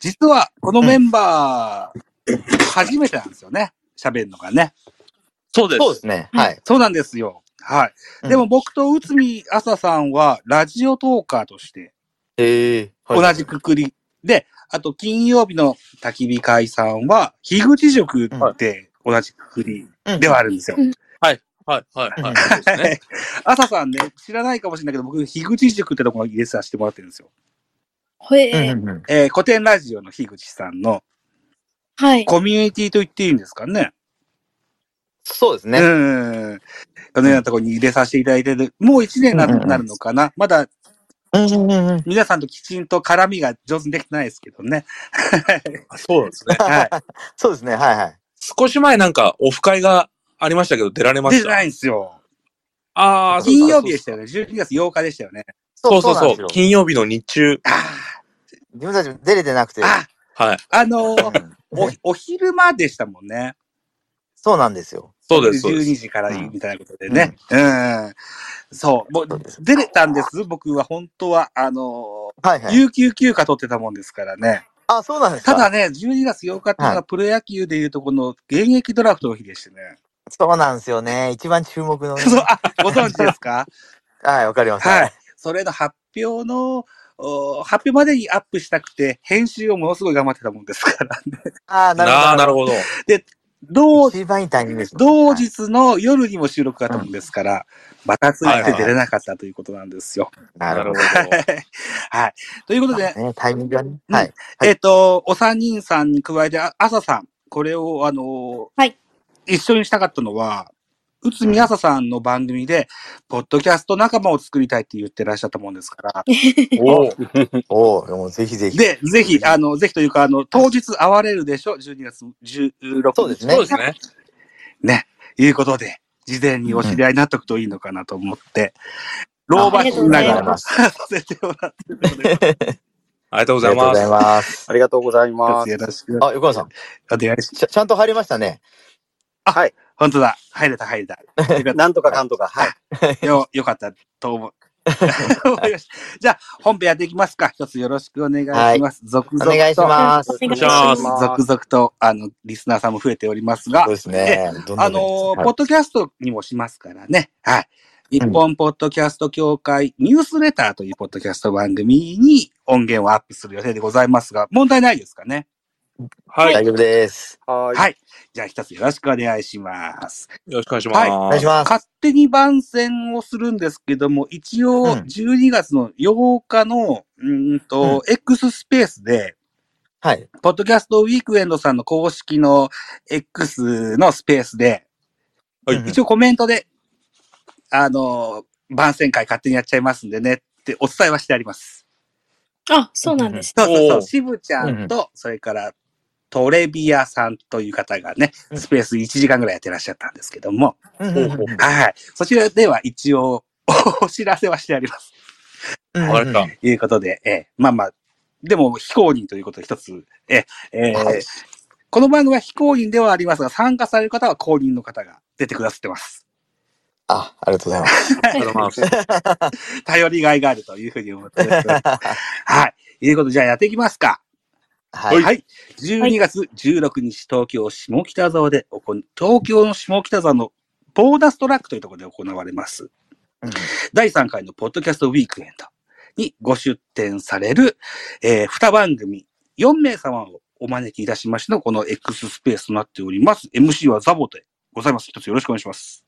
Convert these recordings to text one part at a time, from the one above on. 実は、このメンバー、初めてなんですよね。喋るのがね。そうです。そうですね。うんはい。そうなんですよ。はうい。んでも僕と内海朝さんは、ラジオトーカーとして、ええ同じくくり。で、あと、金曜日の焚き火会さんは、樋口塾って同じくくりではあるんですよ。はい、はい、はい。うんそうですね。朝さんね、知らないかもしれないけど、僕、樋口塾ってところに入れさせてもらってるんですよ。ほえうー、んうんうんえー、古典ラジオの樋口さんのはい。コミュニティと言っていいんですかね。そうですうね。ん。このようなところに入れさせていただいてる。もう1年になうんうんうんなるのかな。まだうんうんうんうん皆さんときちんと絡みが上手にできてないですけどね。そうですね。はい。そうですね。はいはい。少し前なんかオフ会がありましたけど、出られま出してた。ないんですよ。ああ、金曜日でしたよ。よね。12月8日でしたよね。そうそうなんそでうすよ金曜日の日中。自分たちも出れてなくて。あ、はい。あのうーんお、お昼間でしたもんね。そうなんですよ。そうです、そうです。 12時からみたいなことでね。うん。そう。もうそうです、出れたんです。僕は本当は、あのはいー、はい。有給休暇取ってたもんですからね。あ、そうなんですか。ただね、12月8日っていうのははプロ野球でいうとこの現役ドラフトの日でしてね。そうなんですよね。一番注目のね。そう、あ、ご存知ですかはい、わかります。はい。 それの発表の、お発表までにアップしたくて、編集をものすごい頑張ってたもんです から。ああ、なるほど。ああ、なるほど。同一番いいタイミングですね。同日の夜にも収録があったもんですから、バタついて出れなかったということなんですよ。なるほど。 はい。ということで、ね、タイミングがね。はい。えっ、と、お三人さんに加えて、あ朝さん、これを、あのーはい一緒にしたかったのは、内海朝さんの番組で、ポッドキャスト仲間を作りたいって言ってらっしゃったもんですから、おーおお、もうぜひぜひ。で、ぜひ、あの、ぜひというか、あの、当日会われるでしょ ?12 月16日。そうですね そうですね。いうことで、事前にお知り合いになっとくといいのかなと思って、老婆しながありがとうござらいまさすせてもらってるので、ありがとうありがござというごまざいす。ます。ありがとうございます。よろしくあ、横山さん、お願いします。ちゃちゃんと入りましたね。本当だ。入れた、入れた。なんとかかんとか。はい。よ、よかったと思う。 思いましたじゃあ、本編やっていきますか。一つよろしくお願いします。続お々と。願いします。お願いしまますす。続々と、あの、リスナーさんも増えておりますがそう、ですね。どんどんあのーポッドキャストにもしますからね。はい。日本ポッドキャスト協会ニュースレターというポッドキャスト番組に音源をアップする予定でございますが、問題ないですかねはい。よ大丈夫です。はい。はい。じゃあ一つよろしくお願いします。ろしくお願いします。お願いします。勝手に番宣をするんですけども、一うん応12月の8日の、うーんと、X スペースで、はい。ポッドキャストウィークエンドさんの公式の X のスペースで、はいうん一応コメントで、あの、番宣会勝手にやっちゃいますんでねってお伝えはしてあります。あ、そうなんです。そうそうそおう。ーしぶちゃんと、それからトレビアさんという方がね、うんスペース1時間ぐらいやってらっしゃったんですけども、うんほうほうはい。そちらでは一応 お知らせはしてあります。うんわかりまということで、ええまあまあ、でも非公認ということで一つ、ええええはいこの番組は非公認ではありますが、参加される方は公認の方が出てくださってます。あ、ありがとうございます。ありがとうございます。頼りがいがあるというふうに思っており ます。はい。いうことで、じゃあやっていきますか。はい。 12月16日、東京下北沢で行う、東京の下北沢のボーナストラックというところで行われます。うん第3回のポッドキャストウィークエンドにご出展される、えー、2番組4名様をお招きいたしましてのこの X スペースとなっております。MC はザボでございます。一つよろしくお願いします。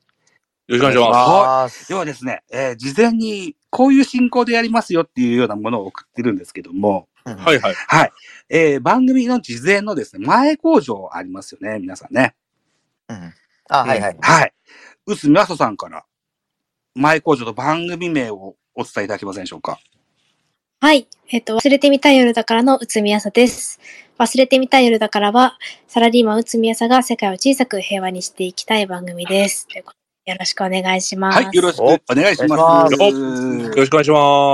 よろしくお願いします。ではですね、えー事前にこういう進行でやりますよっていうようなものを送ってるんですけども、は。はいいはい。はい。えー番組の事前のですね、前工場ありますよね、皆さんね。うんあ、はいはい。はい。うすみあささんから、前工場と番組名をお伝えいただけませんでしょうか。はい。えっ、と、忘れてみたい夜だからの宇都宮さです。忘れてみたい夜だからは、サラリーマン宇都宮さが世界を小さく平和にしていきたい番組です。ということでよろしくお願いします。はい、よろしくお願いしおま願いす。しよろしくお願い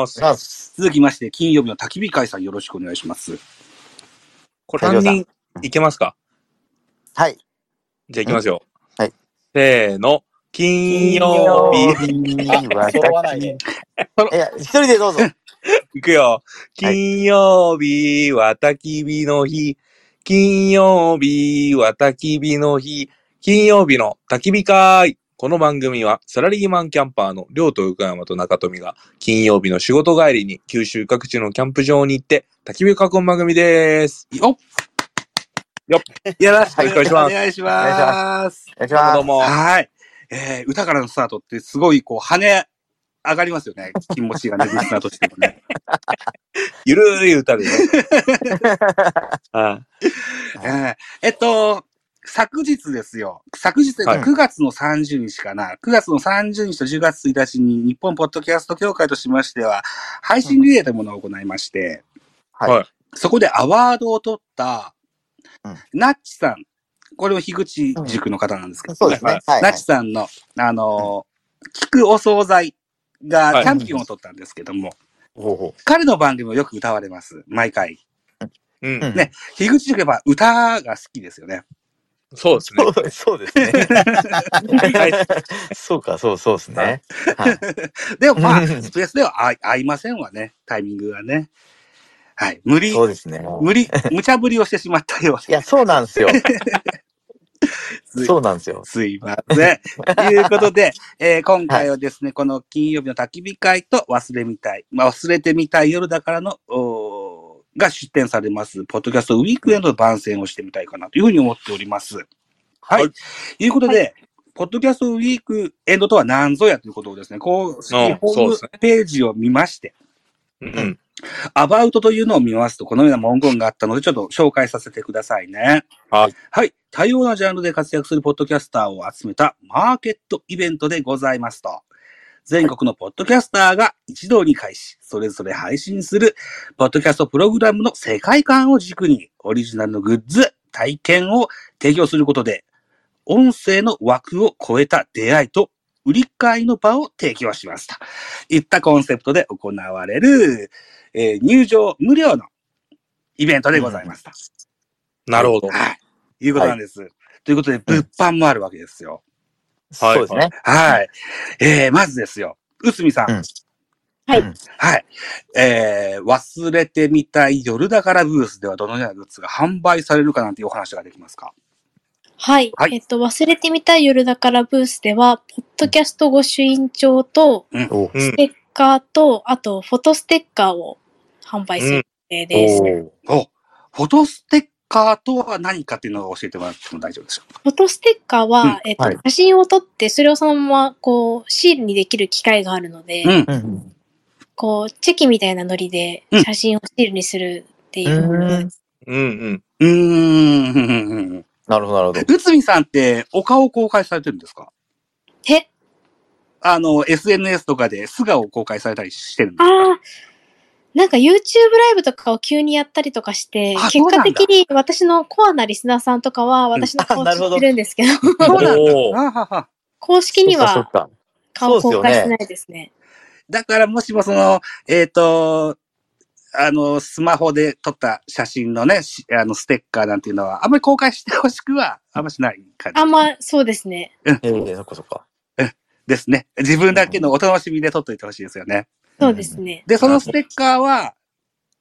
します。続きまして、金曜日の焚き火会さんよろしくお願いします。これ大丈3夫だ人いけますかはい。じゃあいきますよ。はい。せーの。金曜日。金曜日は揃わないでいや、一人でどうぞ。いくよ。はい金曜日は焚き火の日。金曜日は焚き火の日。金曜日の焚き火会。この番組はサラリーマンキャンパーの亮と横山と中富が金曜日の仕事帰りに九州各地のキャンプ場に行って焚き火を囲む番組です。よよっ。よろしくはいお願いしますお願いしお願ます。お願いしますどうも。はい。えー、歌からのスタートってすごいこう跳ね上がりますよね。気持ちがね、リスナーとしてもね。ゆるい歌 でね。はいえーえっと、昨日ですよ。昨日ではい9月の30日かな。9月の30日と10月1日に日本ポッドキャスト協会としましては、配信リレーというものを行いまして、はいはいそこでアワードを取った、うんナッチさん。これも樋口塾の方なんですけど、そうですね。はい。はナいチさんの、あのー、聞くお惣菜はがいチャンピオンを取ったんですけども、ほうほ彼の番組もよく歌われます、毎回。うんう。うんね。樋口塾やっぱ歌が好きですよね。そうですね。そうそうですね。そうか、そうそうですね。はい。 でもまあ、うんスペースでは合い合いませんわね、タイミングがね。はい。無理そ、うですね。無理、無茶ぶりをしてしまったよういや、そうなん ですよ。です。そうなんですよ。すいません。ということで、えー今回はですね、この金曜日の焚き火会と忘れみたい、まあ、忘れてみたい夜だからの、おーが出展されます、ポッドキャストウィークエンドの番宣をしてみたいかなというふうに思っております。はい。はいということで、ポッドキャストウィークエンドとは何ぞやということをですね、公式うんホーそうでムすねページを見まして、うん。アバウトというのを見ますと、このような文言があったので、ちょっと紹介させてくださいね。はい。はい。多様なジャンルで活躍するポッドキャスターを集めたマーケットイベントでございますと。全国のポッドキャスターが一堂に会し、それぞれ配信する、ポッドキャストプログラムの世界観を軸に、オリジナルのグッズ、体験を提供することで、音声の枠を超えた出会いと売り買いの場を提供しますと。いったコンセプトで行われる、えー入場無料のイベントでございますと。なるほど。はい。いうことなんです。ということで、物販もあるわけですよ。そうですね。はい。えー、まずですよ。内海さん。うんはいうんはい。えー、忘れてみたい夜だからブースではどのようなグッズが販売されるかなんていうお話ができますかはい。はいえっと、忘れてみたい夜だからブースでは、ポッドキャストご朱印帳と、おうんステッカーと、あと、フォトステッカーを販売する予定です。おお、フォトステッカーとは何かっていうのを教えてもらっても大丈夫でしょうかフォトステッカーは、えっとはい写真を撮って、それをそのまま、こう、シールにできる機会があるので、うん。うん。こう、チェキみたいなノリでうん、写真をシールにするっていうう。んうんうー ん。なるほど、なるほど。内海さんってお顔を公開されてるんですかえ、あの、SNS とかで素顔を公開されたりしてるんですあかあ、なんか YouTube ライブとかを急にやったりとかしてあ、結そうなん果だ的に私のコアなリスナーさんとかは、私の顔あ知なるほどってるんですけど、 うん。そうなんだお ーあはは公式にそっはか顔公開しそうってすよねないですね。だからもしもその、えっ、と、あの、スマホで撮った写真のね、しあの、ステッカーなんていうのは、あんまり公開してほしくは、あんましない感じあんま、そうですね。そっか。ええ、そっかそっか。ですね。自分だけのお楽しみで撮っといてほしいですよね。そうですね。で、そのステッカーは、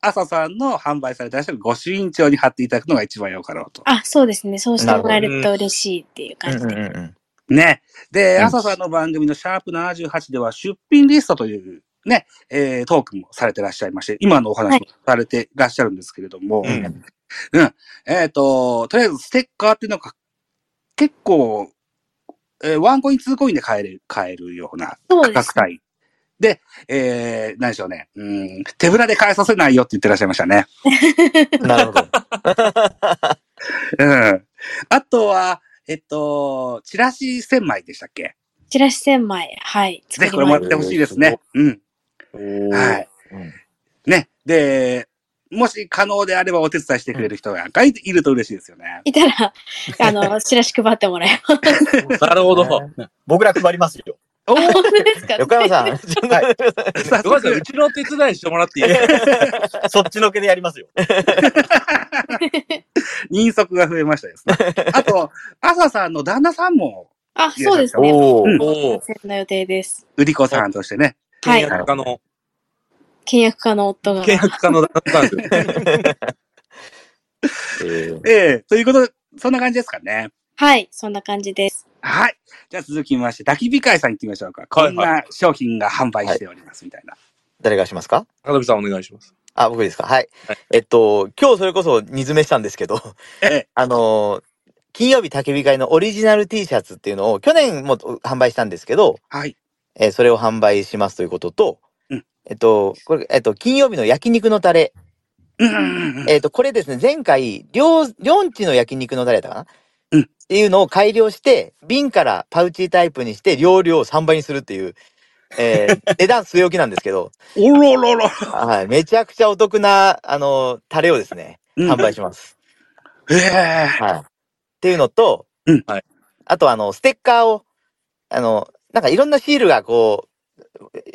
朝さんの販売されてらっしゃる御朱印帳に貼っていただくのが一番よかろうと。あ、そうですね。そうしてもらえると嬉しいっていううん感うじんで。うんうん。ね。で、うん朝さんの番組のシャープ78では出品リストというね、えートークもされてらっしゃいまして、今のお話もされてらっしゃるんですけれども、うんえっ、と、とりあえずステッカーっていうのが結構、えーワンコイン、ツーコインで買える、買えるようなそう価です格帯。で、えー、何でしょうね。うん、手ぶらで買えさせないよって言ってらっしゃいましたね。なるほど。うん。あとは、えっと、チラシ1000枚でしたっけチラシ千枚、はい、作ぜひりこれもまらっす。てほしいですね。うん。ははいい。。うんね。で、もし可能であればお手伝いしてくれる人がいいると嬉しいですよね。いたら、あの、チラシ配ってもらえます。なるほど。僕ら配りますよ。おー本当ですか 横山さん、ちょっとはい 早ごめんなさい、う速、ちの手伝いしてもらっていいそっちのけでやりますよ。人足が増えましたですね。あと、朝さんの旦那さんも、あ、そうですね。うおーんおお参戦の予定です。売り子さんとしてね。はい。倹約家の倹約家の夫が。契約可能だったんですよ。えーええということで、そんな感じですかね。はい、そんな感じです。はい。じゃあ続きまして、焚き火会さん行ってみましょうか。はいはこいんな商品が販売しておりますみたいな。誰がしますか高飛さんお願いします。あ、僕ですかはいはい。えっと、今日それこそ煮詰めしたんですけど、えあのー、金曜日焚き火会のオリジナル T シャツっていうのを去年も販売したんですけど、はい。えーそれを販売しますということと、うんえっと、これ、えっと、金曜日の焼肉のタレ。うんうんうん。えっと、これですね、前回、りょう、りょんちの焼肉のタレだったかな、うんっていうのを改良して、瓶からパウチタイプにして、容量を3倍にするっていう、え ー値段据え置きなんですけど、おろろろ。はい、めちゃくちゃお得な、あの、タレをですね、販売します。うん。ええはい。っていうのと、うんはいあと、あの、ステッカーを、あの、なんかいろんなシールがこう、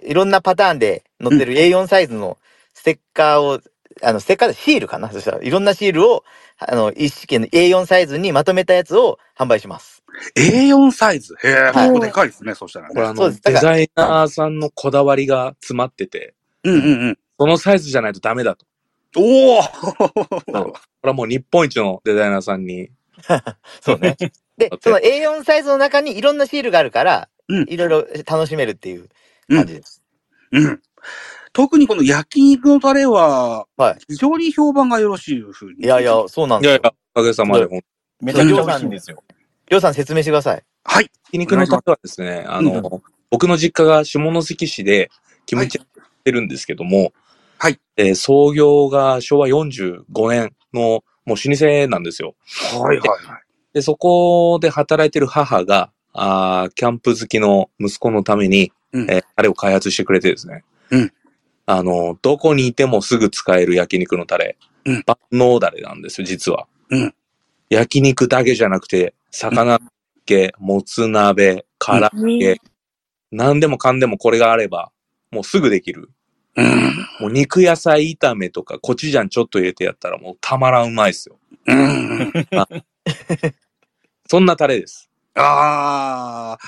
いろんなパターンで載ってる A4 サイズのステッカーを、あの、ステッカーでシールかなそしたら、いろんなシールを、あの、一式の A4 サイズにまとめたやつを販売します。 A4 サイズ。へえ、はいここでかいですね、そしたらこれね。あそうの、ですだデからザイナーさんのこだわりが詰まってて、うんうんうん。そのサイズじゃないとダメだと。おおこれはもう日本一のデザイナーさんに。そうね。で だっ、てその A4 サイズの中にいろんなシールがあるから、うんいろいろ楽しめるっていう感じです。うん。特にこの焼肉のタレははい、非常に評判がよろしいふうに。いやいや、そうなんいですやよい。や、おかげさまで、ほんとめちゃくちゃ美味しいんですよ。りょうさん説明してください。はい。焼肉のタレはですね、あの、う僕の実家が下関市でキムチやってるんですけども、はい。えー創業が昭和45年の、もう老舗なんですよ。はいはいはい。で、そこで働いてる母が、あーキャンプ好きの息子のために、うんえータレを開発してくれてですね。うんあの、どこにいてもすぐ使える焼肉のタレ。うん万能ダレなんですよ、実は。うん焼肉だけじゃなくて、魚系、もつ鍋、から揚げ、ね何でもかんでもこれがあれば、もうすぐできる。うん。もう肉野菜炒めとか、コチュジャンちょっと入れてやったらもうたまらんうまいですよ。うん。そんなタレです。ああ、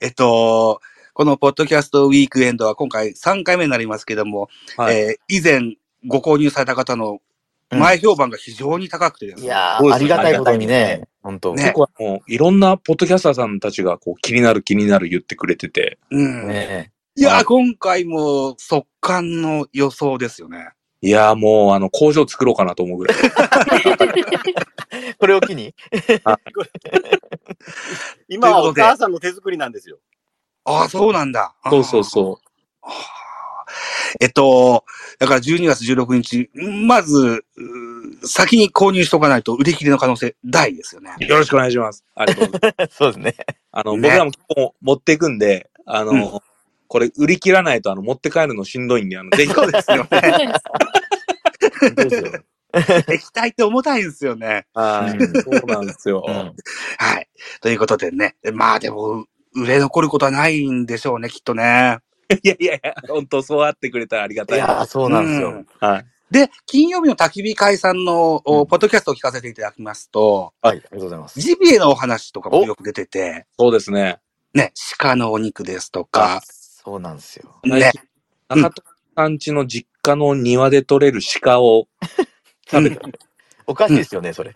えっと、このポッドキャストウィークエンドは今回3回目になりますけども、はい。えー以前ご購入された方の前評判が非常に高くてですいね。やそうー、ですねありがたいことにありがたいですね、本当ねね僕はもういろんなポッドキャスターさんたちがこう気になる気になる言ってくれてて、うん。ねいやー、今回も速乾の予想ですよね。いやーもうあの工場作ろうかなと思うぐらい。 これを機に。今はお母さんの手作りなんですよ。ああ、そうなんだ。そうそうそあーえっと、だから12月16日、まず、うー先に購入しとかないと売り切れの可能性大です よね。う。よろしくお願いします。ありがとうございます。そうですね。あの、ね僕らも今日持っていくんで、あの、これ売り切らないとあの持って帰るのしんどいんで、あ の、ぜひ。そうですよね。どうしよう液体って重たいんですよね。はいそうなんですよ。 うんはい。ということでね。まあでも、売れ残ることはないんでしょうね、きっとね。いやいやいや、本当そうあってくれたらありがいたい。やー、そうなんですよ。すはい。で、金曜日の焚き火会さんの、おうんポッドキャストを聞かせていただきますと、はい、ありがとうございます。ジビエのお話とかもよく出てて、そうですね。ね、鹿のお肉ですとか、そうなんですよ。ね、うん中戸さん家の実家の庭で取れる鹿を食べて、おかしいですよね、それ。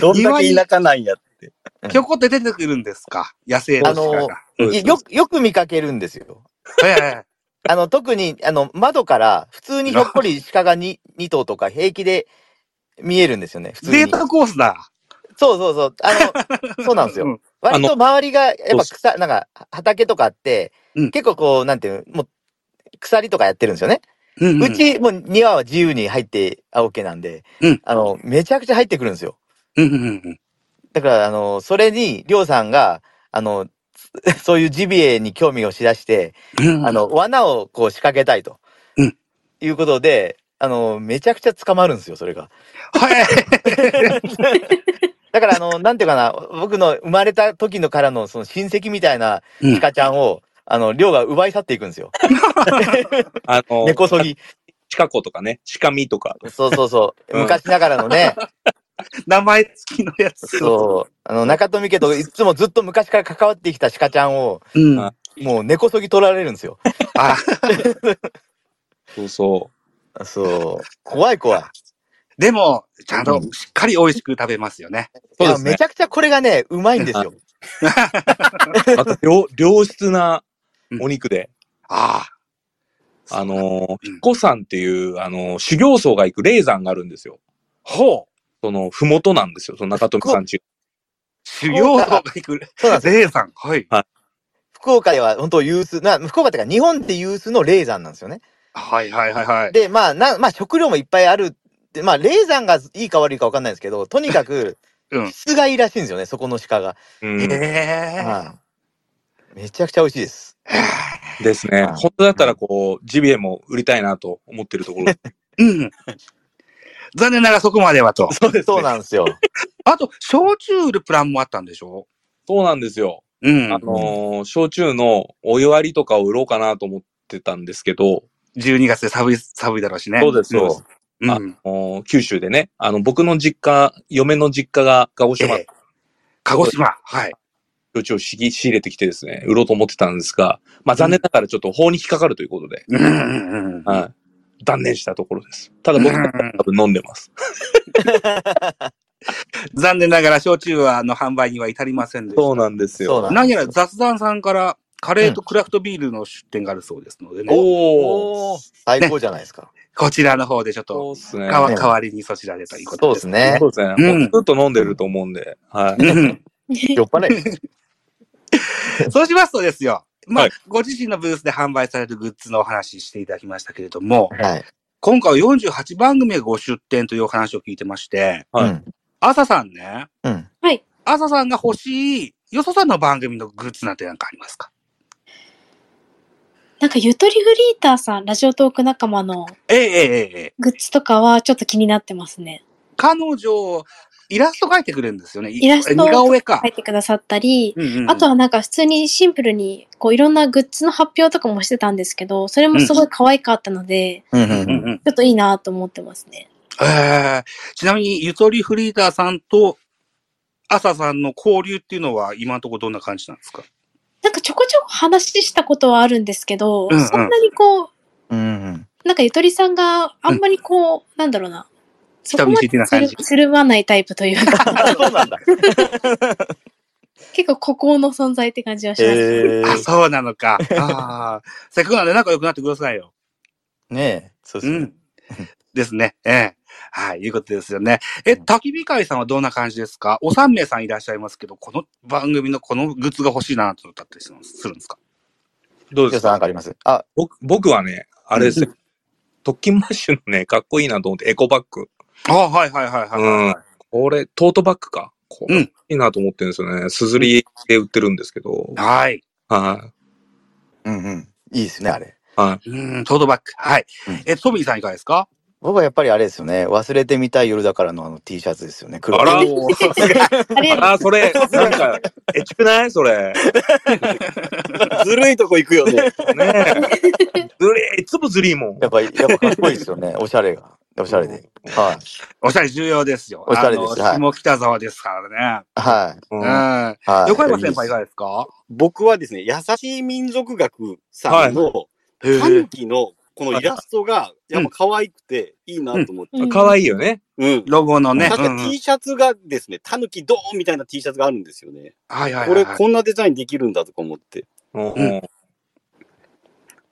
どんだけ田舎なんや。ひょこって出てくるんですか野生の鹿が。そういでやすよく、よく見かけるんですよ。ええあの、特に、あの、窓から、普通にひょっこり鹿が 2, 2頭とか平気で見えるんですよね、普通デにー。タコースだ。そうそうそう。あの、そうなんですうよん。割と周りが、やっそうっぱす草、なんか、畑とかあって、うん結構こう、なんていうの、もう、鎖とかやってるんですよね。うんう、ち、もう庭は自由に入って、あ、OK なんで、うんあの、めちゃくちゃ入ってくるんですよ。うんうんうんだから、あの、それに、りょうさんが、あの、そういうジビエに興味をしだして、うん。あの、罠をこう仕掛けたいと。うんいうことで、あの、めちゃくちゃ捕まるんですよ、それが。はい。だから、あの、なんていうかな、僕の生まれた時のからの、その親戚みたいなうん鹿ちゃんを、あの、りょうが奪い去っていくんですよ。あの、根こそぎ。鹿子とかね、鹿身とか。そうそうそう。うん昔ながらのね、名前付きのやつ。そう。あの、中富家といつもずっと昔から関わってきた鹿ちゃんを、う。うん。もう根こそぎ取られるんですよ。あ、そうそそう。怖い怖い。でも、ちゃんとうんしっかり美味しく食べますよね。う。そうですいやねめち。ゃくちゃこれがね、うまいんですよ。 また良良質なお肉で、ああ。あのー、うん彦山っていう、あのー、修行僧が行く霊山があるんですよ。ほう。その、ふもとなんですよ。その中富さんち。修行僧が行く。そうなんですよ。レイさん。はい。福岡では本当有数、な福岡っていうか日本で有数の霊山なんですよね。はいはいはいはい。で、まあ、なまあ食料もいっぱいあるって。まあ、霊山がいいか悪いかわかんないですけど、とにかくうん、質がいいらしいんですよね、そこの鹿が。うんへはい。めちゃくちゃ美味しいです。ですね。はい本当だったら、こう、ジビエも売りたいなと思ってるところ。え。うん。残念ながらそこまではと。そうですそうね。なんですよ。あと、焼酎ルプランもあったんでしょそうなんですよ。うあん。のー、焼酎のお湯割りとかを売ろうかなと思ってたんですけど、 12月で寒い、寒いだろうしね。そうですそうですうん。あうんお九州でね、あの、僕の実家、嫁の実家が鹿児島、ええ鹿児島。はい。焼酎を仕仕入れてきてですね、売ろうと思ってたんですが、まあ残念ながらちょっと法に引っかかるということで、うんうんうん。はい。断念したところです。ただ僕うん多分飲んでます。残念ながら焼酎は、あの、販売には至りませんでした。そうなんですそうよ。なん何やら雑談さんからカレーとクラフトビールの出店があるそうですのでね、おー。おー最高じゃないですか。こちらの方でちょっそとうっすね。かわね代わりにそちらでというこそとうでですす。ねそ。うですね。うんもうずっと飲んでると思うんで、はい。うん 酔っ払い。 そうしますとですよ、まあ、はいご自身のブースで販売されるグッズのお話ししていただきましたけれども、はい。今回は48番組がご出店というお話を聞いてまして、はいうん。朝さんね、うん。朝さんが欲しい、よそさんの番組のグッズなんてなんかありますかなんかゆとりフリーターさん、ラジオトーク仲間のええええええ。グッズとかはちょっと気になってますね。彼女、イラスト描いてくれるんですよね。イイラスト似顔絵か書。いてくださったり、うんうんうんあとはなんか普通にシンプルに、こういろんなグッズの発表とかもしてたんですけど、それもすごい可愛かったので、うんううんんうんうん。うんちょっといいなと思ってますね。ええちなみに、ゆとりフリーターさんと、朝さんの交流っていうのは、今のところどんな感じなんですかなんかちょこちょこ話したことはあるんですけど、うんうんそんなにこう、うんうん。なんかゆとりさんがあんまりこう、なんだろうな。そ人こ見ま知りな感でじつるまないタイプというか、あそうなんだ。結構孤高の存在って感じはします。えあ、そうなの か。ああ。せっかくなんで仲良くなってくださいよ。え。ねえ。そううですねん。ですね。ええはい、いうことですよね。え、焚き火会さんはどんな感じですかお三名さんいらっしゃいますけど、この番組のこのグッズが欲しいなと思ったりするんですかどうヒでロさすんかなんかありますあ、僕僕はね、あれですよ。特勤マッシュのね、かっこいいなと思って、エコバッグ。ああ、はいはいはいはいはい、うん。これ、トートバッグか。これ、うんいいなと思ってるんですよね。すずりで売ってるんですけど。はい。はうんうん。いいですね、あれ。い。はい。うん、トートバッグ。はいうん。え、トビーさんいかがですか僕はやっぱりあれですよね。忘れてみたい夜だからのあの T シャツですよね。黒あらおー あれ、ああ、それ、なんか、えちくないそれ。 ずるいとこ行くよね。ね え。ずりいつもずりいもんや。っぱり、やっぱかっこいいですよね。おしゃれが。おしゃれで。はい。おしゃれ重要ですよ。おしゃれですあのはい下北沢ですからね。はい。うんうん。はい。横山先輩いかがですか僕はですね、優しい民族学さんの、タヌキのこのイラストが、やっぱ可愛くていいなと思って。うんかわいいよね。うん。ロゴのね。確うんかうん T シャツがですね、タヌキドーンみたいな T シャツがあるんですよね。はいはいこはいれはい。こんなデザインできるんだとか思って。うんん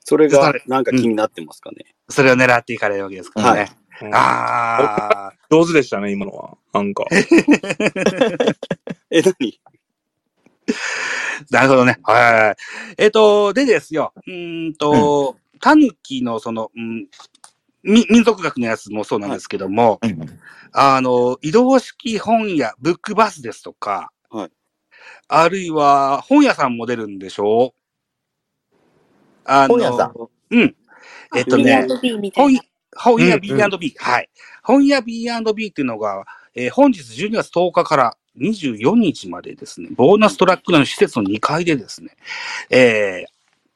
それそがれなんか気になってますかね。それを狙っていかれるわけですからね。うんああ。上手でしたね、今のは。なんか。え、何なるほどね。はいはいはい。えっと、でですよ。うーんと、タヌキのその、うんみ民族学のやつもそうなんですけども、うんうんあの、移動式本屋、ブックバスですとか、はいあるいは本屋さんも出るんでしょうあ本屋さんうん。えっとね B&B みたい本な。本屋うん B&B、はい。本屋 B&B っていうのが、えー本日12月10日から24日までですね、ボーナストラックの施設の2階でですね、えー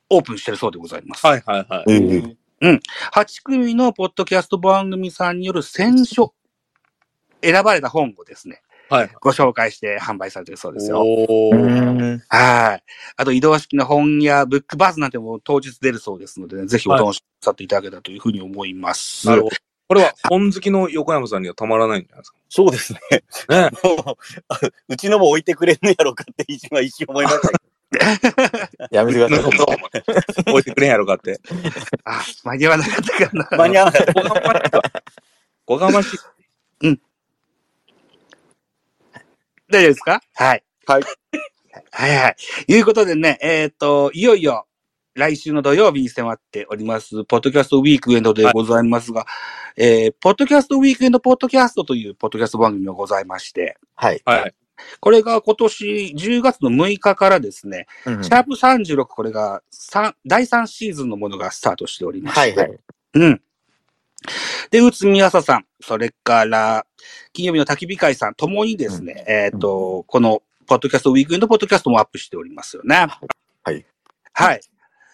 オープンしてるそうでございます。はいはいはうい。んうん。 8組のポッドキャスト番組さんによる選書、選ばれた本をですね、はい。ご紹介して販売されてるそうですよ。おうー。ん。はい。あと移動式の本やブックバースなんても当日出るそうですのでね、ぜひお楽しみにさせていただけたらというふうに思います。なるほど。これは本好きの横山さんにはたまらないんじゃないですそうですね。か。ね。もうあうちのも置いてくれんのやろうかって一瞬一瞬思いましたけど。やめてください。 置いてくれんやろかって。あ、間に合わなかったかな。間に合わなかった。ごがましいわ。ごがましい。大丈夫ですかはい。はい。はいはい。いうことでね、えっ、と、いよいよ、来週の土曜日に迫っております、ポッドキャストウィークエンドでございますが、えー、ポッドキャストウィークエンドポッドキャストというポッドキャスト番組がございまして、はい。はい。これが今年10月の6日からですね、うんシャープ36、これが三第3シーズンのものがスタートしておりまして、はいはい。うん。で、宇都宮さん、それから、金曜日の焚き火会さん、ともにですね、えっ、と、この、ポッドキャスト、ウィークエンドポッドキャストもアップしておりますよね。はい。はい。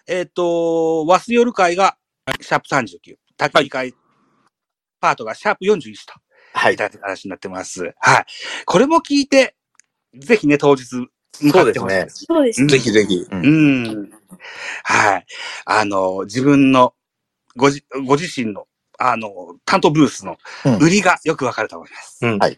えっ、と、ワス夜会が、シャープ39、焚き火会、パートがシャープ41と、はいい。た話になってます。はい。これも聞いて、ぜひね、当日、向かってほしいです。そうですね。ぜひぜひ。ううん。はい。あの、自分の、ごじ、ご自身の、あの、担当ブースのうん売りがよくわかると思います。うんはい。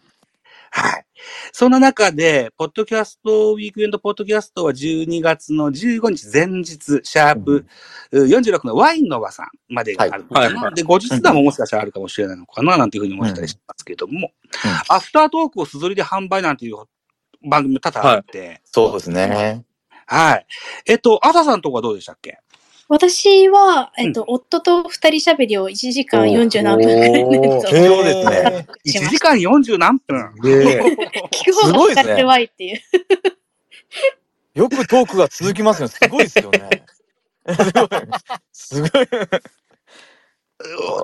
はい。そんな中で、ポッドキャスト、ウィークエンドポッドキャストは12月の15日前日、シャープ46のワインの和さんまでがあるのかな。はいはいはいで、後日談ももしかしたらあるかもしれないのかな、なんていうふうに思ったりしますけれども、うアフタートークをすずりで販売なんていう番組も多々あって、そうですね。はい。えっと、朝さんとこはどうでしたっけ私は、えっと、夫と二人喋りを1時間40何分くらいのやつをへーそうですね。 1しま時した。間40何分。で、聞く方が使ってわいっていう。よくトークが続きますよね。すごいですよね。すごい。すごい。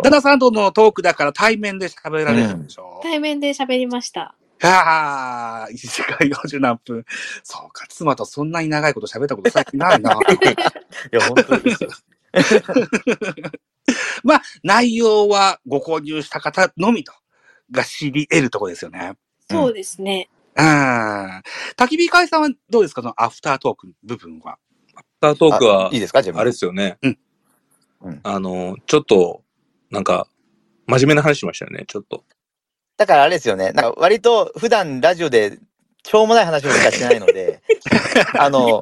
ダダさんとのトークだから対面で喋られるんでしょ、対面で喋りました。ああ、1時間40何分。そうか、妻とそんなに長いこと喋ったこと最近ない な。いや、本当ですよ。まあ、内容はご購入した方のみと、が知り得るとこですよね。うんそうですね。うん。焚き火会さんはどうですかそのアフタートーク部分は。スタートークあはいい、ですか、自分。あれですよね。うんうんあの、ちょっと、なんか、真面目な話しましたよね、ちょっと。だからあれですよね。なんか割と普段ラジオで、しょうもない話をしかしてないので、あの、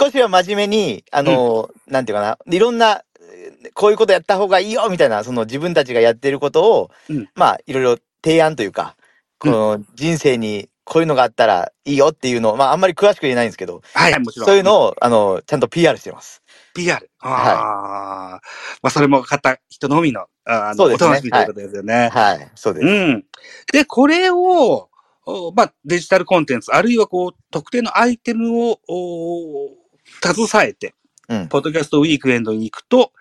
少しは真面目に、あの、なんていうかな、いろんな、えーこういうことやった方がいいよみたいな、その自分たちがやってることを、うんまあ、いろいろ提案というか、この人生にこういうのがあったらいいよっていうのを、まあ、あんまり詳しく言えないんですけど、はい、もちろん。そういうのを、あの、ちゃんと PR してます。 PR。ああ、まあ、それも買った人のみの、ああの、そうおですね楽しみということですよね。はい、そうです。うん。で、これを、おまあ、デジタルコンテンツ、あるいはこう、特定のアイテムを、お携えて、うん。ポッドキャストウィークエンドに行くと、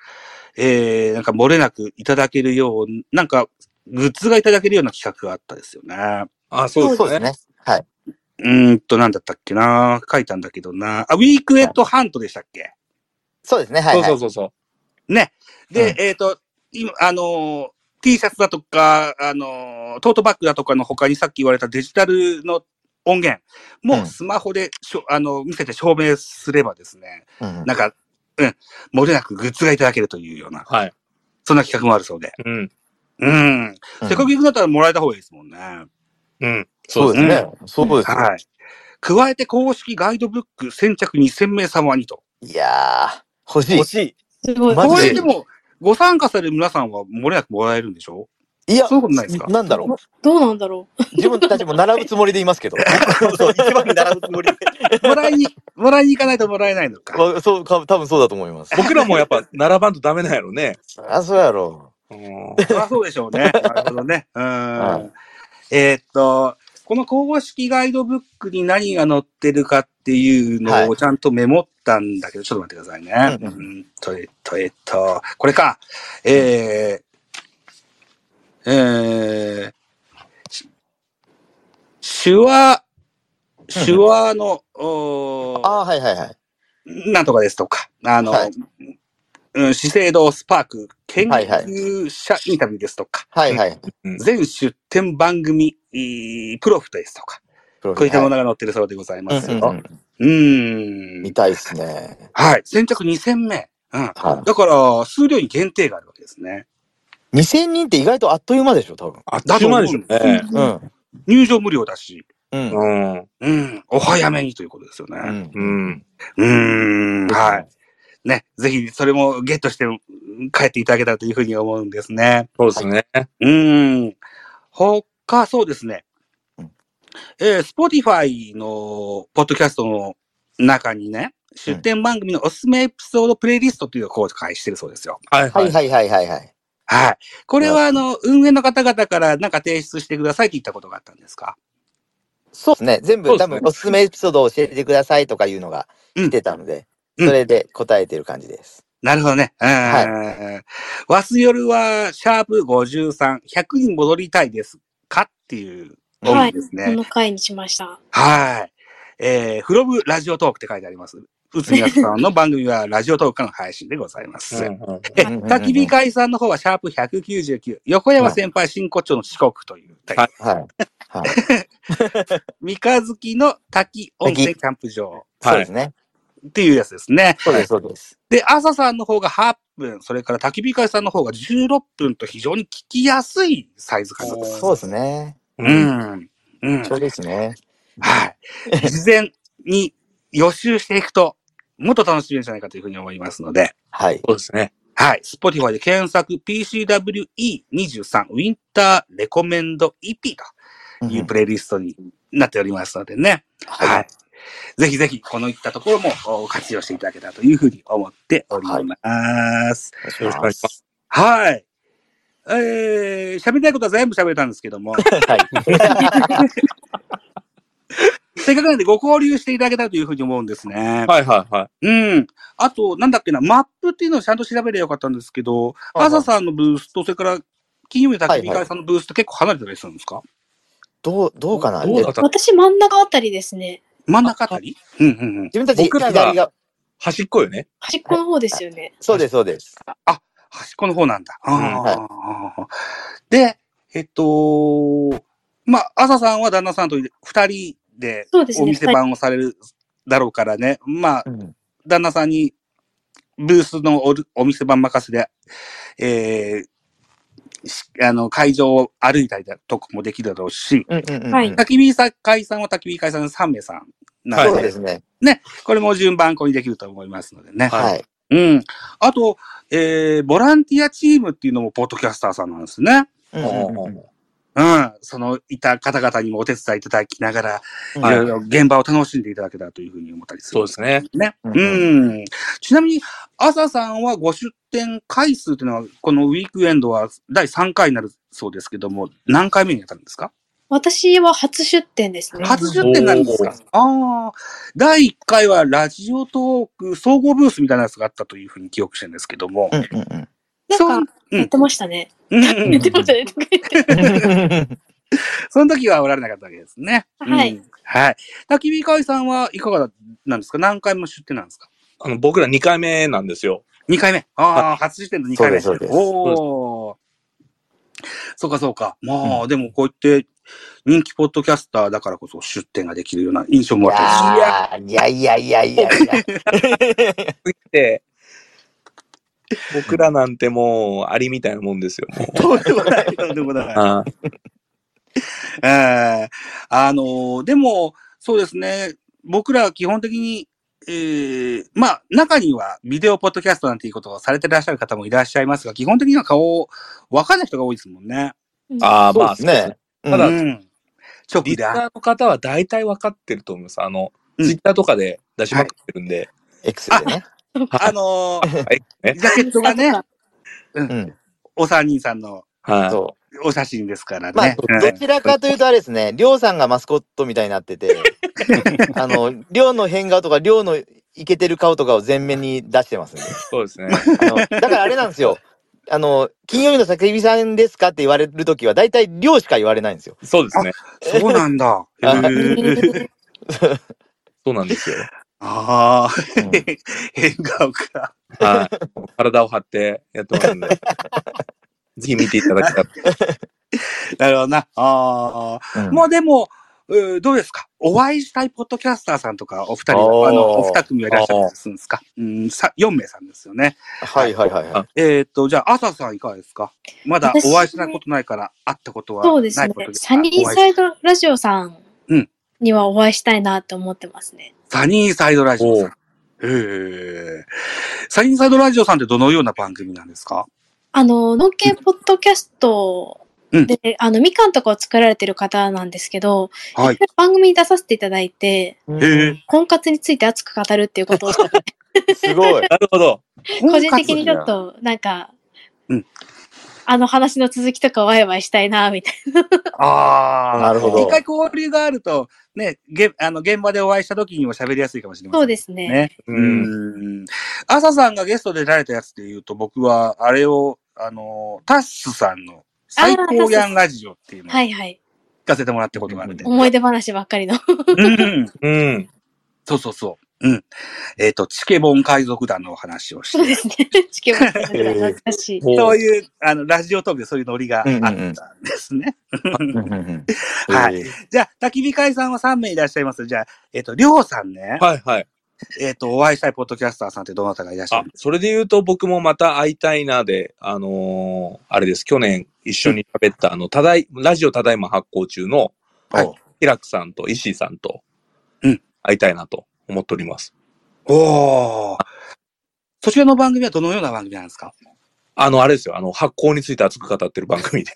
えー、なんか漏れなくいただけるよう、なんか、グッズがいただけるような企画があったですよね。あ、そうですそね。うですね。はい。うーんと、なんだったっけな書いたんだけどなあ、ウィークエンドハントでしたっけそうですね。はい、そうはい。そうそうそう。ね。で、うんえっ、と、今、あのー T シャツだとか、あのートートバッグだとかの他にさっき言われたデジタルの音源うもんスマホでしょ、あの、見せて証明すればですね、うんなんか、うん、漏れなくグッズがいただけるというような、はい。そんな企画もあるそうで。うん。うん。うんせっかく行くんだったらもらえた方がいいですもんね。うん。そうですね。そうですね。はい。加えて公式ガイドブック先着2000名様にと。いやー、欲しい欲。しい。すごい。マジこでれでも、ご参加される皆さんは漏れなくもらえるんでしょいやそ、んなことないですかなんだろう。どうなんだろう。自分たちも並ぶつもりでいますけど。そうそう、一番に並ぶつもりで。もらいに、もらいに行かないともらえないのか。わ そう、か多分そうだと思います。僕らもやっぱ、並ばんとダメなんやろね。あ、そうやろうんそりゃそうでしょう ね。なるほどね。うはーんい。えーっと、この公式ガイドブックに何が載ってるかっていうはのをいちゃんとメモったんだけど、ちょっと待ってくださいね。ううんんうんと、えっと、えっと、これか。えー、えー、し手話、手話の、おう。ーあはいはいはい。なんとかですとか、あの、はいうん、資生堂スパーク研はいはい究者インタビューですとか、はいはい。全出展番組、えープロフですとか、プロこういったもはのが載ってるそうでございますいよ。うんうんうんうん見たいですね。はい。先着2000名。うん。はだから、数量に限定があるわけですね。い。2000人って意外とあっという間でしょ、多分。あっちゅう間でしょうね。ううんん。入場無料だし、うん。うん。うん。お早めにということですようね。ん。うん。うん。はい。ね。ぜひ、それもゲットして帰っていただけたらというふうに思うんですね。そうですね。うん。他、そうですねうん。えー、Spotify の、ポッドキャストの中にね、出展番組のおすすめエピソードプレイリストというのを公開してるそうですよ。はいははいい。はいはいはいはい。はい。これなは、あの、運営の方々からなんか提出してくださいって言ったことがあったんですかそうですね。全そ部、うで多すね分、おすすめエピソードを教えてくださいとかいうのが来てたので、うんそれで答えてる感じです。なるほどね。うん。はワス夜は、シャープ53、100に戻りたいですかっていうは多いい。こですね。の回にしました。はい。えー、フロムラジオトークって書いてあります。宇都宮さんの番組はラジオトークからの配信でございます。うんえ、うんうんうん焚き火会さんの方はシャープ199、横山先輩真骨頂の四国というタイトル、はいはい。はい。三日月の滝温泉キャンプ場そうですね。っていうやつですね。そうです、そうです。で、朝さんの方が8分、それから焚き火会さんの方が16分と非常に聞きやすいサイズ感だと思いそうま。ですすね。う。ん。うん。ちょうどいいですね。はい。事前に予習していくと、もっと楽しめるんじゃないかというふうに思いますので、はい。そうですね。はい。Spotify で検索 PCWE23 ウィンターレコメンド EP というプレイリストになっておりますのでね。は。はいぜひぜひ、このいったところもお活用していただけたらというふうに思っております。い。よろしくお願いします。はい。えー、喋りたいことは全部喋れたんですけども、 はい。 せっかくなんでご交流していただけたらというふうに思うんですね。はいはいはい。うん。あと、なんだっけな、マップっていうのをちゃんと調べればよかったんですけど、はいはい朝さんのブースと、それから金曜日の焚き火はいは会いさんのブースと結構離れてたりするんですか、どう、どうかなどうだえった私真ん中あたりですね。真ん中あたりうんうんうん。自分たち僕らが左が、端っこよね。端っこの方ですよね。そうです、そうです。端っこの方なんだ。あはいーで、えっと、まあ、朝さんは旦那さんと二人でそうですねお店番をされるだろうからね、まあ、うん旦那さんにブースのおるお店番任せで、えーしあの、会場を歩いたりだとかもできるだろうし、うんうんうん。はい焚き火会さんは焚き火会さんの3名さんなはいのそうで、ですね。これも順番こにできると思いますのでね。はいはい。うん。あと、えー、ボランティアチームっていうのもポッドキャスターさんなんですね。うんうんうんうんうん。そのいた方々にもお手伝いいただきながら、いはいろいろ現場を楽しんでいただけたらというふうに思ったりすそうる。ですね。ね。うんうん。ちなみに、朝さんはご出店回数っていうのは、このウィークエンドは第3回になるそうですけども、何回目になったんですか私は初出店ですね。初出店になるんですかああ。第1回はラジオトーク総合ブースみたいなやつがあったというふうに記憶してるんですけども。うんうんなんか、うんやってましたね。うんう やんってましたね。とか言って。うん。その時はおられなかったわけですね。はいうんはい。焚き火会さんはいかがなんですか何回も出店なんですかあの、僕ら2回目なんですよ。 ?2 回目。ああ、初出店の2回目。そうですそうですおお。そうかそうか。まあ、でもこうやって人気ポッドキャスターだからこそ出店ができるような印象いもあったし。やーいやいやいやいやいや。で、僕らなんてもう、アリみたいなもんですよ。 もうとんでもない、とんでもない。あええあのーでも、そうですね、僕らは基本的に、ええまあ、中にはビデオポッドキャストなんていうことをされてらっしゃる方もいらっしゃいますが、基本的には顔をわかんない人が多いですもんね。うんあー、まあ、そうですね。ただううんん。直リスであ。ナーの方は大体分かってると思います。あの、うんツイッターとかで出しまくってるんで。 X でね。あのーはい。ねジャケットがね インスタと、うん。お三人さんのはそお写真ですからう。まあ、ね。うどんちらかというとあれですね、りょうさんがマスコットみたいになってて、あの、りょうの変顔とか、りょうのイケてる顔とかを前面に出してますんで。い。そうですね。あの、だからあれなんですよ。あの、金曜日の叫びさんですかって言われるときは、大体、りょうしか言われないんですよ。そうですね。そうなんだ。へあえへーそうなんですよ。 ああ、うん変顔か。はい。体を張ってやってます んで。ぜひ見ていただきたい。なるほどな。ああ。うんもうでも、うーどうですかお会いしたいポッドキャスターさんとか、お二人あーは、あの、お二組はいらっしゃったりするんですかうん、さ、4名さんですよね。はいはいはいはい。えっ、と、じゃあ、朝さんいかがですかまだお会いしないことないから、会ったことはないそことうですねお会い。しサニーサイドラジオさんうんにはお会いしたいなと思ってますね。サニーサイドラジオさんおう。ええサニーサイドラジオさんってどのような番組なんですかあの、農系ポッドキャストで、あの、みかんとかを作られてる方なんですけど、はい。番組に出させていただいて、ええ婚活について熱く語るっていうことを、 個すごい。なるほど。人的にちょっと、なんか、うんあの話の続きとかワイワイしたいな、みたいああ、なるほど一回交流があると、ね、げあの現場でお会いした時にも喋りやすいかもしれませな。ん。そうですね。ね。ううんん。朝さんがゲストで出られたやつで言うと、僕は、あれを、あの、タッスさんの最高やんラジオっていうのをは聞いはい。かせてもらったことがあるんで。思い出話ば っかりの。うん。うん。そうそうそう。うん。えっ、と、チケボン海賊団のお話をそうして。ですね。地球も懐かしい。ほそういう、あの、ラジオトークでそういうノリがあったんですね。うんうんうんはいええじゃあ、焚き火会さんは3名いらっしゃいます。じゃあ、えっ、と、りょうさんね。はいはい。えっ、と、お会いしたいポッドキャスターさんってどなたがいらっしゃあるん、ですそれで言うと僕もまた会いたいなで、あのーあれです。去年一緒に喋った、あの、ただい、ラジオただいま発行中の、はいお平くさんと石井さんとうん、会いたいなと思っております。かおー。そちらの番組はどのような番組なんですかあの、あれですよ。あの、発行について熱く語ってる番組 で。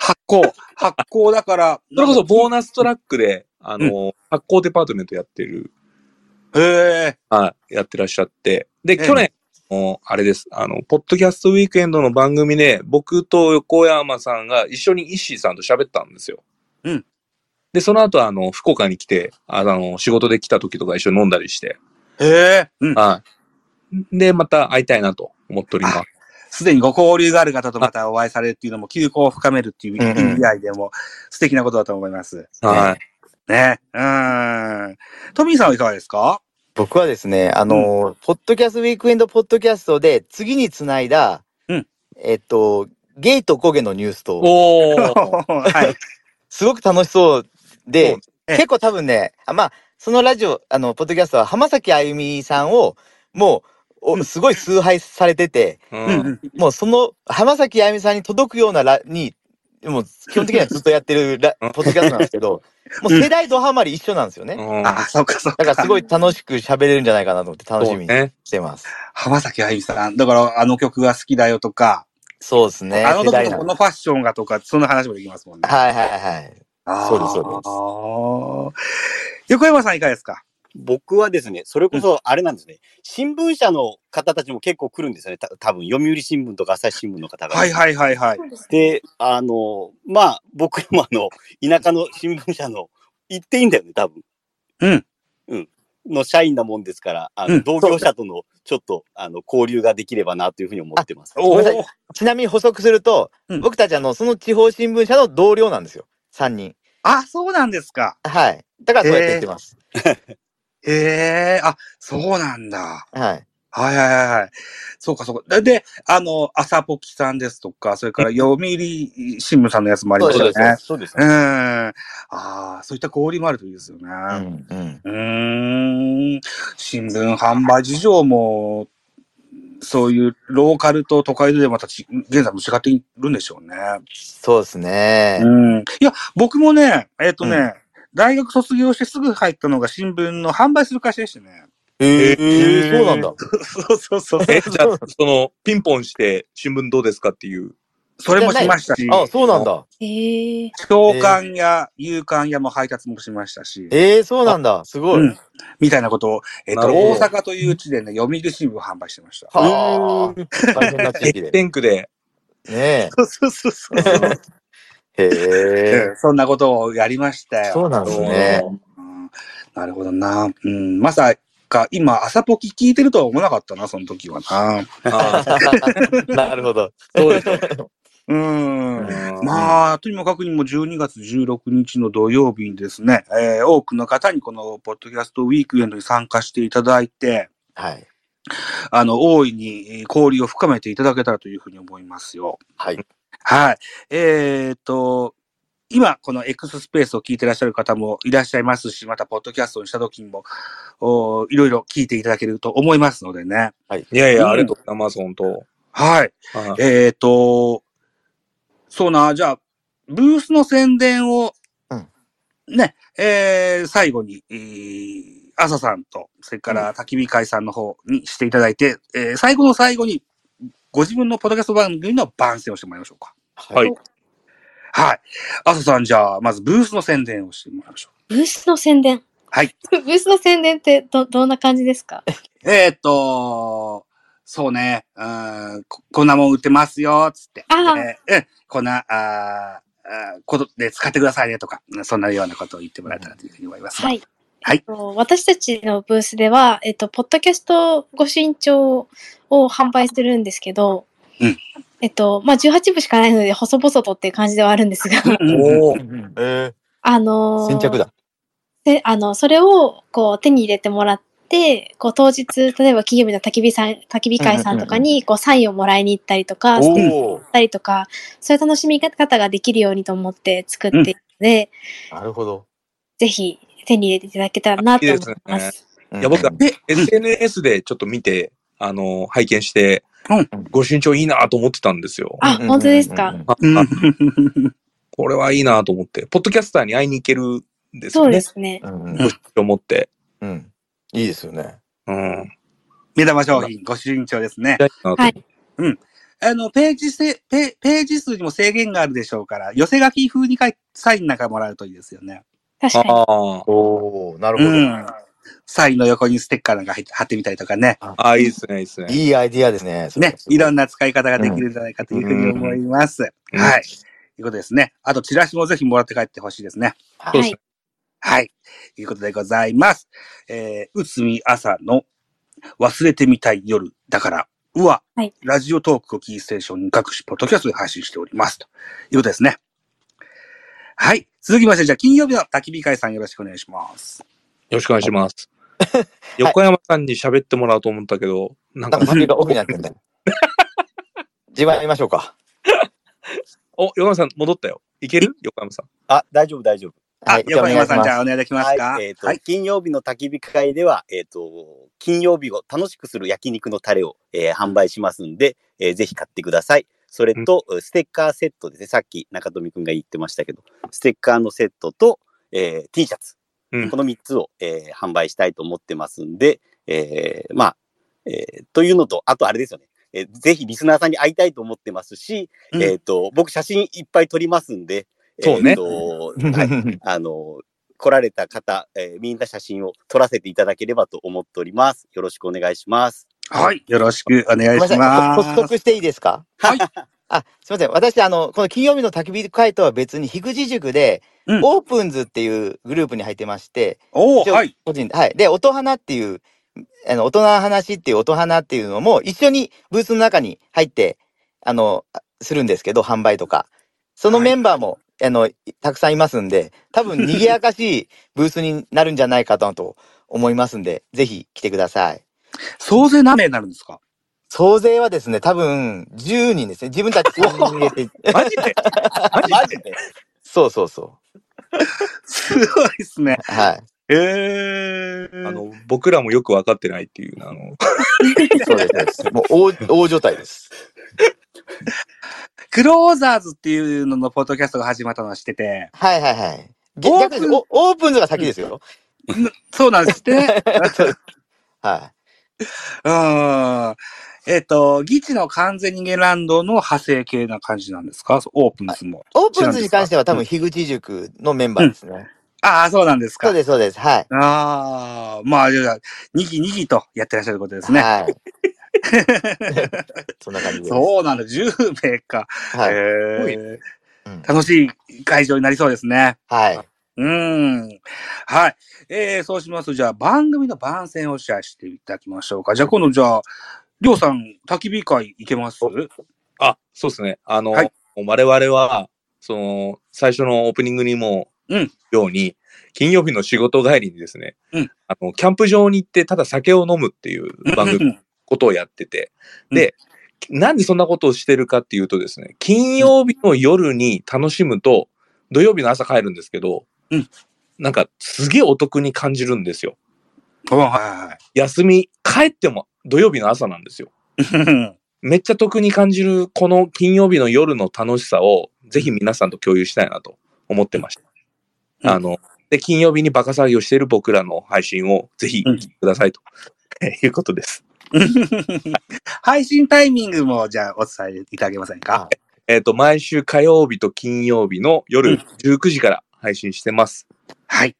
発行。発行だから。それこそボーナナストラックで、あのー発行デパートメントやってるス。へはい、やってらっしゃって。で、ええ去年、もうあれです。あの、ポッドキャストウィークエンドの番組で、僕と横山さんが一緒に石井さんと喋ったんですよ。うん。で、その後、あの、福岡に来て、あの、仕事で来た時とか一緒に飲んだりして、え。へえ。うん。はい。で、また会いたいなと思っております。すでにご交流がある方とまたお会いされるっていうのも、休校を深めるっていううんう意ん味合いでも、素敵なことだと思います。はい。ね。うーん。トミーさんはいかがですか僕はですね、あの、ポッドキャストウィークエンドポッドキャストで次につないだうん、えっと、ゲイとゴゲのニュースと、おー。はい。すごく楽しそうそでう、ええ結構多分ね、あまあ、そのラジオ、あの、ポッドキャストは浜崎あゆみさんを、もう、うんおすごい崇拝されてて、う。うんうんん。もうその浜崎あゆみさんに届くようなラに、もう基本的にはずっとやってるラ うんポッドキャストなんですけど、 もう世代ドハマり一緒なんですよね。うんあ、そうかそうだからかす。ごい楽しく喋れるんじゃないかなと思って楽しそうみにね。してます。浜崎あゆみさん。だから、あの曲が好きだよとか、そうですね。あの時世代のなこんのでファッションがとか、そんな話もできますもんね。はいはいはい。そうですそうですです。横山さんいかがですか僕はですね、それこそあれなんですね、新聞社の方たちも結構来るんですよね。た多分読売新聞とか朝日新聞の方が。はいはいはいはい。で、あの、まあ、僕もあの、田舎の新聞社の、行っていいんだよね、多分。うん。うん。の社員なもんですから、あうのん同業者とのちょっと、あの、交流ができればなというふうに思ってます。おごめんなお。ちなみに補足すると、うん僕たちあの、その地方新聞社の同僚なんですよ。3人。あ、そうなんですか。はい。だからそうやって言ってます。へえ、あ、そうなんだ。はい。はいはいはいはい。そうかそうか。で、あの、朝ポキさんですとか、それから読売新聞さんのやつもありそましたうですよね。そうですう。ん。ああ、そういった氷もあるといいですよね。うんうん。うーん。新聞販売事情も、そういうローカルと都会でまたち現在も違っているんでしょうね。そうですね。うん。いや、僕もね、えっ、とね、う大学卒業してすぐ入ったのが新聞の販売する会社でしたね。へえへえそうなんだ。そうそうそう。え、じゃあ、その、ピンポンして、新聞どうですかっていう。それもしましたし、あ、そうなんだ。へえ朝刊や夕刊やも配達もしましたし、ええそうなんだ。すごい。うんみたいなことを、えっ、なと、る大ほど阪という地でね、読売新聞を販売してました。はあ。大変な地 域で。ね天区で。え。そうそうそうそう。へうえ。 んそんなことをやりましたよ。そうなんですね。うんなるほどな。うん、まさか、今、朝ポキ聞いてるとは思わなかったな、その時はな。あなるほど。そうですうーん。まあ、とにもかくにも12月16日の土曜日にですね、えー多くの方にこのポッドキャストウィークエンドに参加していただいて、はい。あの、大いにえー交流を深めていただけたらというふうに思いますよ。はい。はい。えーっと、今、この X スペースを聞いてらっしゃる方もいらっしゃいますし、また、ポッドキャストにした時にも、おいろいろ聞いていただけると思いますのでね。いやいうんや、ありがとうございます、本当。はい。はいえーっと、そうな、じゃあ、ブースの宣伝を、うんね、えー最後に、えー、朝さんと、それから焚き火会さんの方にしていただいて、えー最後の最後に、ご自分のポッドキャスト番組の番宣をしてもらいましょうか。ははい。はい。朝さん、じゃあ、まずブースの宣伝をしてもらいましょブースの宣伝。はい。 ブースの宣伝ってど、どんな感じですかう。えーっと、そうね、うーんこ、こんなもん売ってますよ、つって。ああえーうん、こんな、あーあーことで使ってくださいねとか、そんなようなことを言ってもらえたらというふうに思います。はい。はいえっと私たちのブースでは、えっと、ポッドキャストご身長を販売するんですけど、うんえっと、まあ、18部しかないので、細々とっていう感じではあるんですが、おーえあー、のー先着だ。で、あの、それを、こう、手に入れてもらって、こう、当日、例えば、企業日の焚き火さん、焚き火会さんとかに、こう、サインをもらいに行ったりとか、ステッカーをもおお、らったりとか、そういう楽しみ方ができるようにと思って作っているので、なるほど。ぜひ、手に入れていただけたらなと思いま。いいですいいや、僕はは、で、 SNS でちょっと見て、あの、拝見してうん、ご身長いいなと思ってたんですよ。あ、本当ですか。うんあこれはいいなと思って、ポッドキャスターに会いに行けるんですそようでね。すね。うんううんごん身長持って。うん。いいですよね。うん。 目玉商品、ご主人帳ですね。は。はいあの、ページせ、ペ、ページ数にも制限があるでしょうから、寄せ書き風に書いサインなんかもらうといいですよね。確かに。ああ、おお、なるうほど。ん。サインの横にステッカーなんか入って貼ってみたりとかね。ああ、いいですね、いいですね。いいアイディアですね。それね。いろんな。な使い方ができるんじゃないかというふうに思います。うんはい。ということですね。あと、チラシもぜひもらって帰ってほしいですね。そうはですいね。。はい。ということでございます。えー、うつみ朝の忘れてみたい夜だから、うわ、はいラジオトークをキーステーションに各種ポッドキャストで配信しております。ということですね。はい。続きまして、じゃあ金曜日の焚き火会さんよろしくお願いします。よろしくお願いします。横山さんに喋ってもらおうと思ったけど、なんなかんか、、マがオフになってんだよ。自慢やりましょうか。お、横山さん戻ったよ。いける横山さん。あ、大丈夫、大丈夫。はあい、、横山さん、じじゃゃああお願いできますか。はい。えっ、と、金曜日の焚き火会では、えっ、と、金曜日を楽しくする焼肉のタレを、えー販売しますんで、えーぜひ買ってください。それと、ステッカーセットですね。さっき中富くんが言ってましたけど、ステッカーのセットと、えー T シャツ。うんこの3つを、えー販売したいと思ってますんで、えーまあ、えーというのと、あとあれですよね。えーぜひリスナーさんに会いたいと思ってますし、うんえっ、と、僕写真いっぱい撮りますんで、そうねえーとはい、あの、来られた方、えーみんな写真を撮らせていただければと思っております。よろしくお願いします。はい。よろしくお願ごいめんしなさい、ま補補す。足していいですかはい。あ、すみません。私、あの、この金曜日の焚き火会とは別に、樋口塾で、うんオープンズっていうグループに入ってまして、お一ー、応はい。個人で、はい。で、音花っていう、あの、大人の話っていう音花っていうのも、一緒にブースの中に入って、あの、するんですけど、販売とか。そのメンバーも、あの、たくさんいますんで、多分賑やかし いブースになるんじゃないかなと思いますんで、ぜひ来てください。総勢何名になるんですか総勢はですね、多分10人ですね。自分たち3人入れて、マジで マジでマジで そうそうそすごいですね。う。はい。えあー。の、僕らもよくわかってないっていう、あの、 そうです、そうです。もう大、大所帯です。クローザーズっていうののポッドキャストが始まったのは知ってて、 はいはいはい。げオープン逆ですおオープンズが先ですよ。そうなんです ね。はうーん。えっ、と、ギチの完全人間ランドの派生系な感じなんですかそうオープンスも。い。オープンズに関しては多う分、樋口塾のメンバーですね。ああ、そうなんですそか。うです、そうです。はい。ああ、まあ、じゃあ、2期2期とやってらっしゃることですね。はい。そんな感じです。そうなんだ。10名か。はい。へえうん楽しい会場になりそうですね。はい。うーん。はい。えー、そうしますと、じゃあ、番組の番宣をシェアしていただきましょうか。じゃあ、今度、じゃあ、りょうさん、焚き火会行けますあ、そうですね。あの、はいもう我々は、その、最初のオープニングにも、うんように、金曜日の仕事帰りにですね、うんあの、キャンプ場に行って、ただ酒を飲むっていう番組、ことをやってて。で、なんでそんなことをしてるかっていうとですね、金曜日の夜に楽しむと、土曜日の朝帰るんですけど、うんなんかすげえお得に感じるんですよ。うんはいは休み、帰っても土曜日の朝なんですよ。いはい。めっちゃ得に感じるこの金曜日の夜の楽しさをぜひ皆さんと共有したいなと思ってました。うんあの、で、金曜日にバカ騒ぎをしている僕らの配信をぜひ聞いてくださいと、 いうことです。配信タイミングもじゃあお伝えいただけませんかえっ、と、毎週火曜日と金曜日のうん夜19時から配信してます。はい。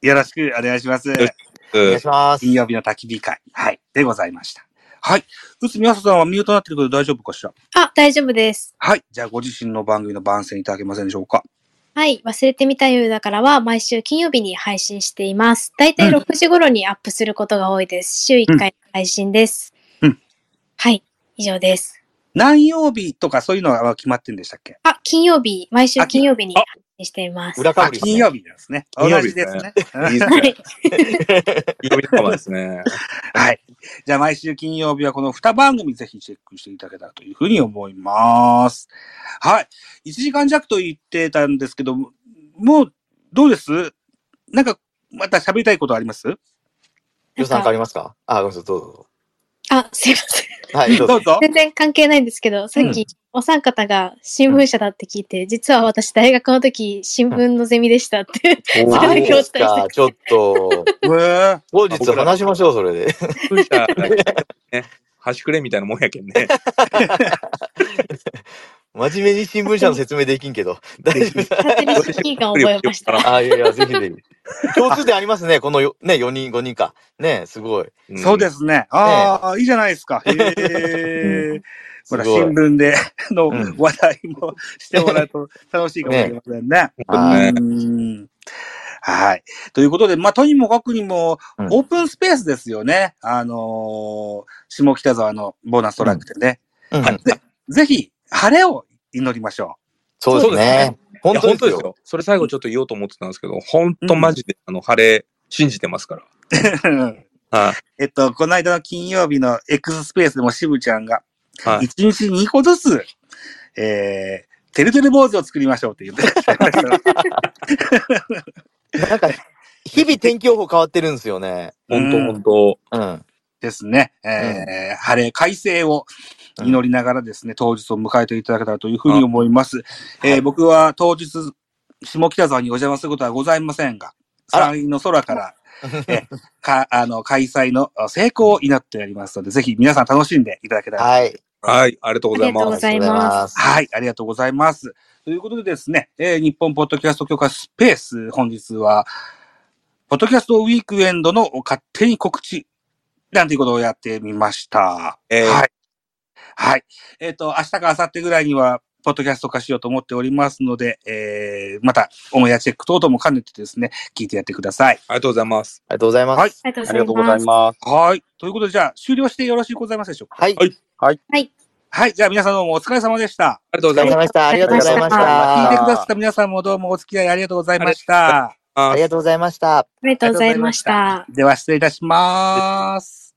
よろしくお願いします。ろしおう願いんします金。曜日の焚き火会。はい。でございました。はい。うつみやささんはミュートになってるけど大丈夫かしらあ、大丈夫です。はい。じゃあご自身の番組の番宣いただけませんでしょうかはい。忘れてみた夜だからは毎週金曜日に配信しています。だいたい6時頃にアップすることが多いです。週1回の配信です。うんはい。以上です。何曜日とかそういうのは決まってんでしたっけあ、金曜日、毎週あき金曜日にあ配信しています。裏かあ、ぶりですね金曜日なんですね。同金曜日じですね。いいですはね。い。金曜日仲間ですね。はい。じゃあ毎週金曜日はこの2番組ぜひチェックしていただけたらというふうに思います。はい。1時間弱と言ってたんですけども、もうどうですなんかまた喋りたいことありますな予ん算変わか、りますかあ、ごめんなさい、どうぞ。あ、すいません。はい、どうどぞう。ぞ。全然関係ないんですけど、さっきお三方が新聞社だって聞いて、実は私大学の時新聞のゼミでしたって。おそれだけお伝えしてか、ちょっと、えー後日話しましょう、それで。ーじゃね、端くれみたいなもんやけんね。。真面目に新聞社の説明できんけど。大丈夫勝手に親近感を覚えました。あ、いやいや、ぜひぜひ。共通点ありますね、このよ、ね、4人、5人か。ね、すごい。そうですすね。ああ、いいじゃないですか。へえ。ほら、すごい新聞でのうん話題もしてもらうと楽しいかもしれませんね。はうねんはい。ということで、まあ、とにもかくにもうん、オープンスペースですよね。あのー下北沢のボーナストラックでね。い。うんぜぜひ、晴れを祈りましょそうですね。い本や、当本です当ですよ。よ。それ最後ちょっと言おうと思ってたんですけど、本当マジで、あの、晴れ、信じてますかう。 ら。はい。えっと、この間の金曜日の X スペースでも渋ちゃんが、はい。一日2個ずつ、えー、てるてる坊主を作りましょうって言ってましたね。なんか、日々天気予報変わってるんですよね。本当うん本当うん。ですね。えー晴れ、快晴を祈りながらですね、当日を迎えていただけたらというふうに思います。えー僕は当日、下北沢にお邪魔することはございませんが、あら山陰の空から、えーか、あの、開催のあ成功を祈っておりますので、ぜひ皆さん楽しんでいただけたら。はい。はい。ありがとうございありがとうごま。ざいますすはい、ありがとうございます。ということでですね、えー日本ポッドキャスト協会スペース、本日は、ポッドキャストウィークエンドの勝手に告知、なんていうことをやってみました。えーはい。はい。えっ、と、明日か明後日ぐらいには、ポッドキャスト化しようと思っておりますので、えー、また、オンエアチェック等々も兼ねてですね、聞いてやってください。ありがとうございます。ありがとうございます。はいありがありとがとううごござざいいます。ます。はい。ということで、じゃあ、終了してよろしゅうございますでしょうか。はい。はい。じゃあ、皆さんどうもお疲れ様でした。ありがとうおござ疲いれ様ます。でした。ありがとうございまし聞た。いてくださった皆さんもどうもお付き合いありがとうございました。ありがとうございました。ありがとうございました。では失礼いたします。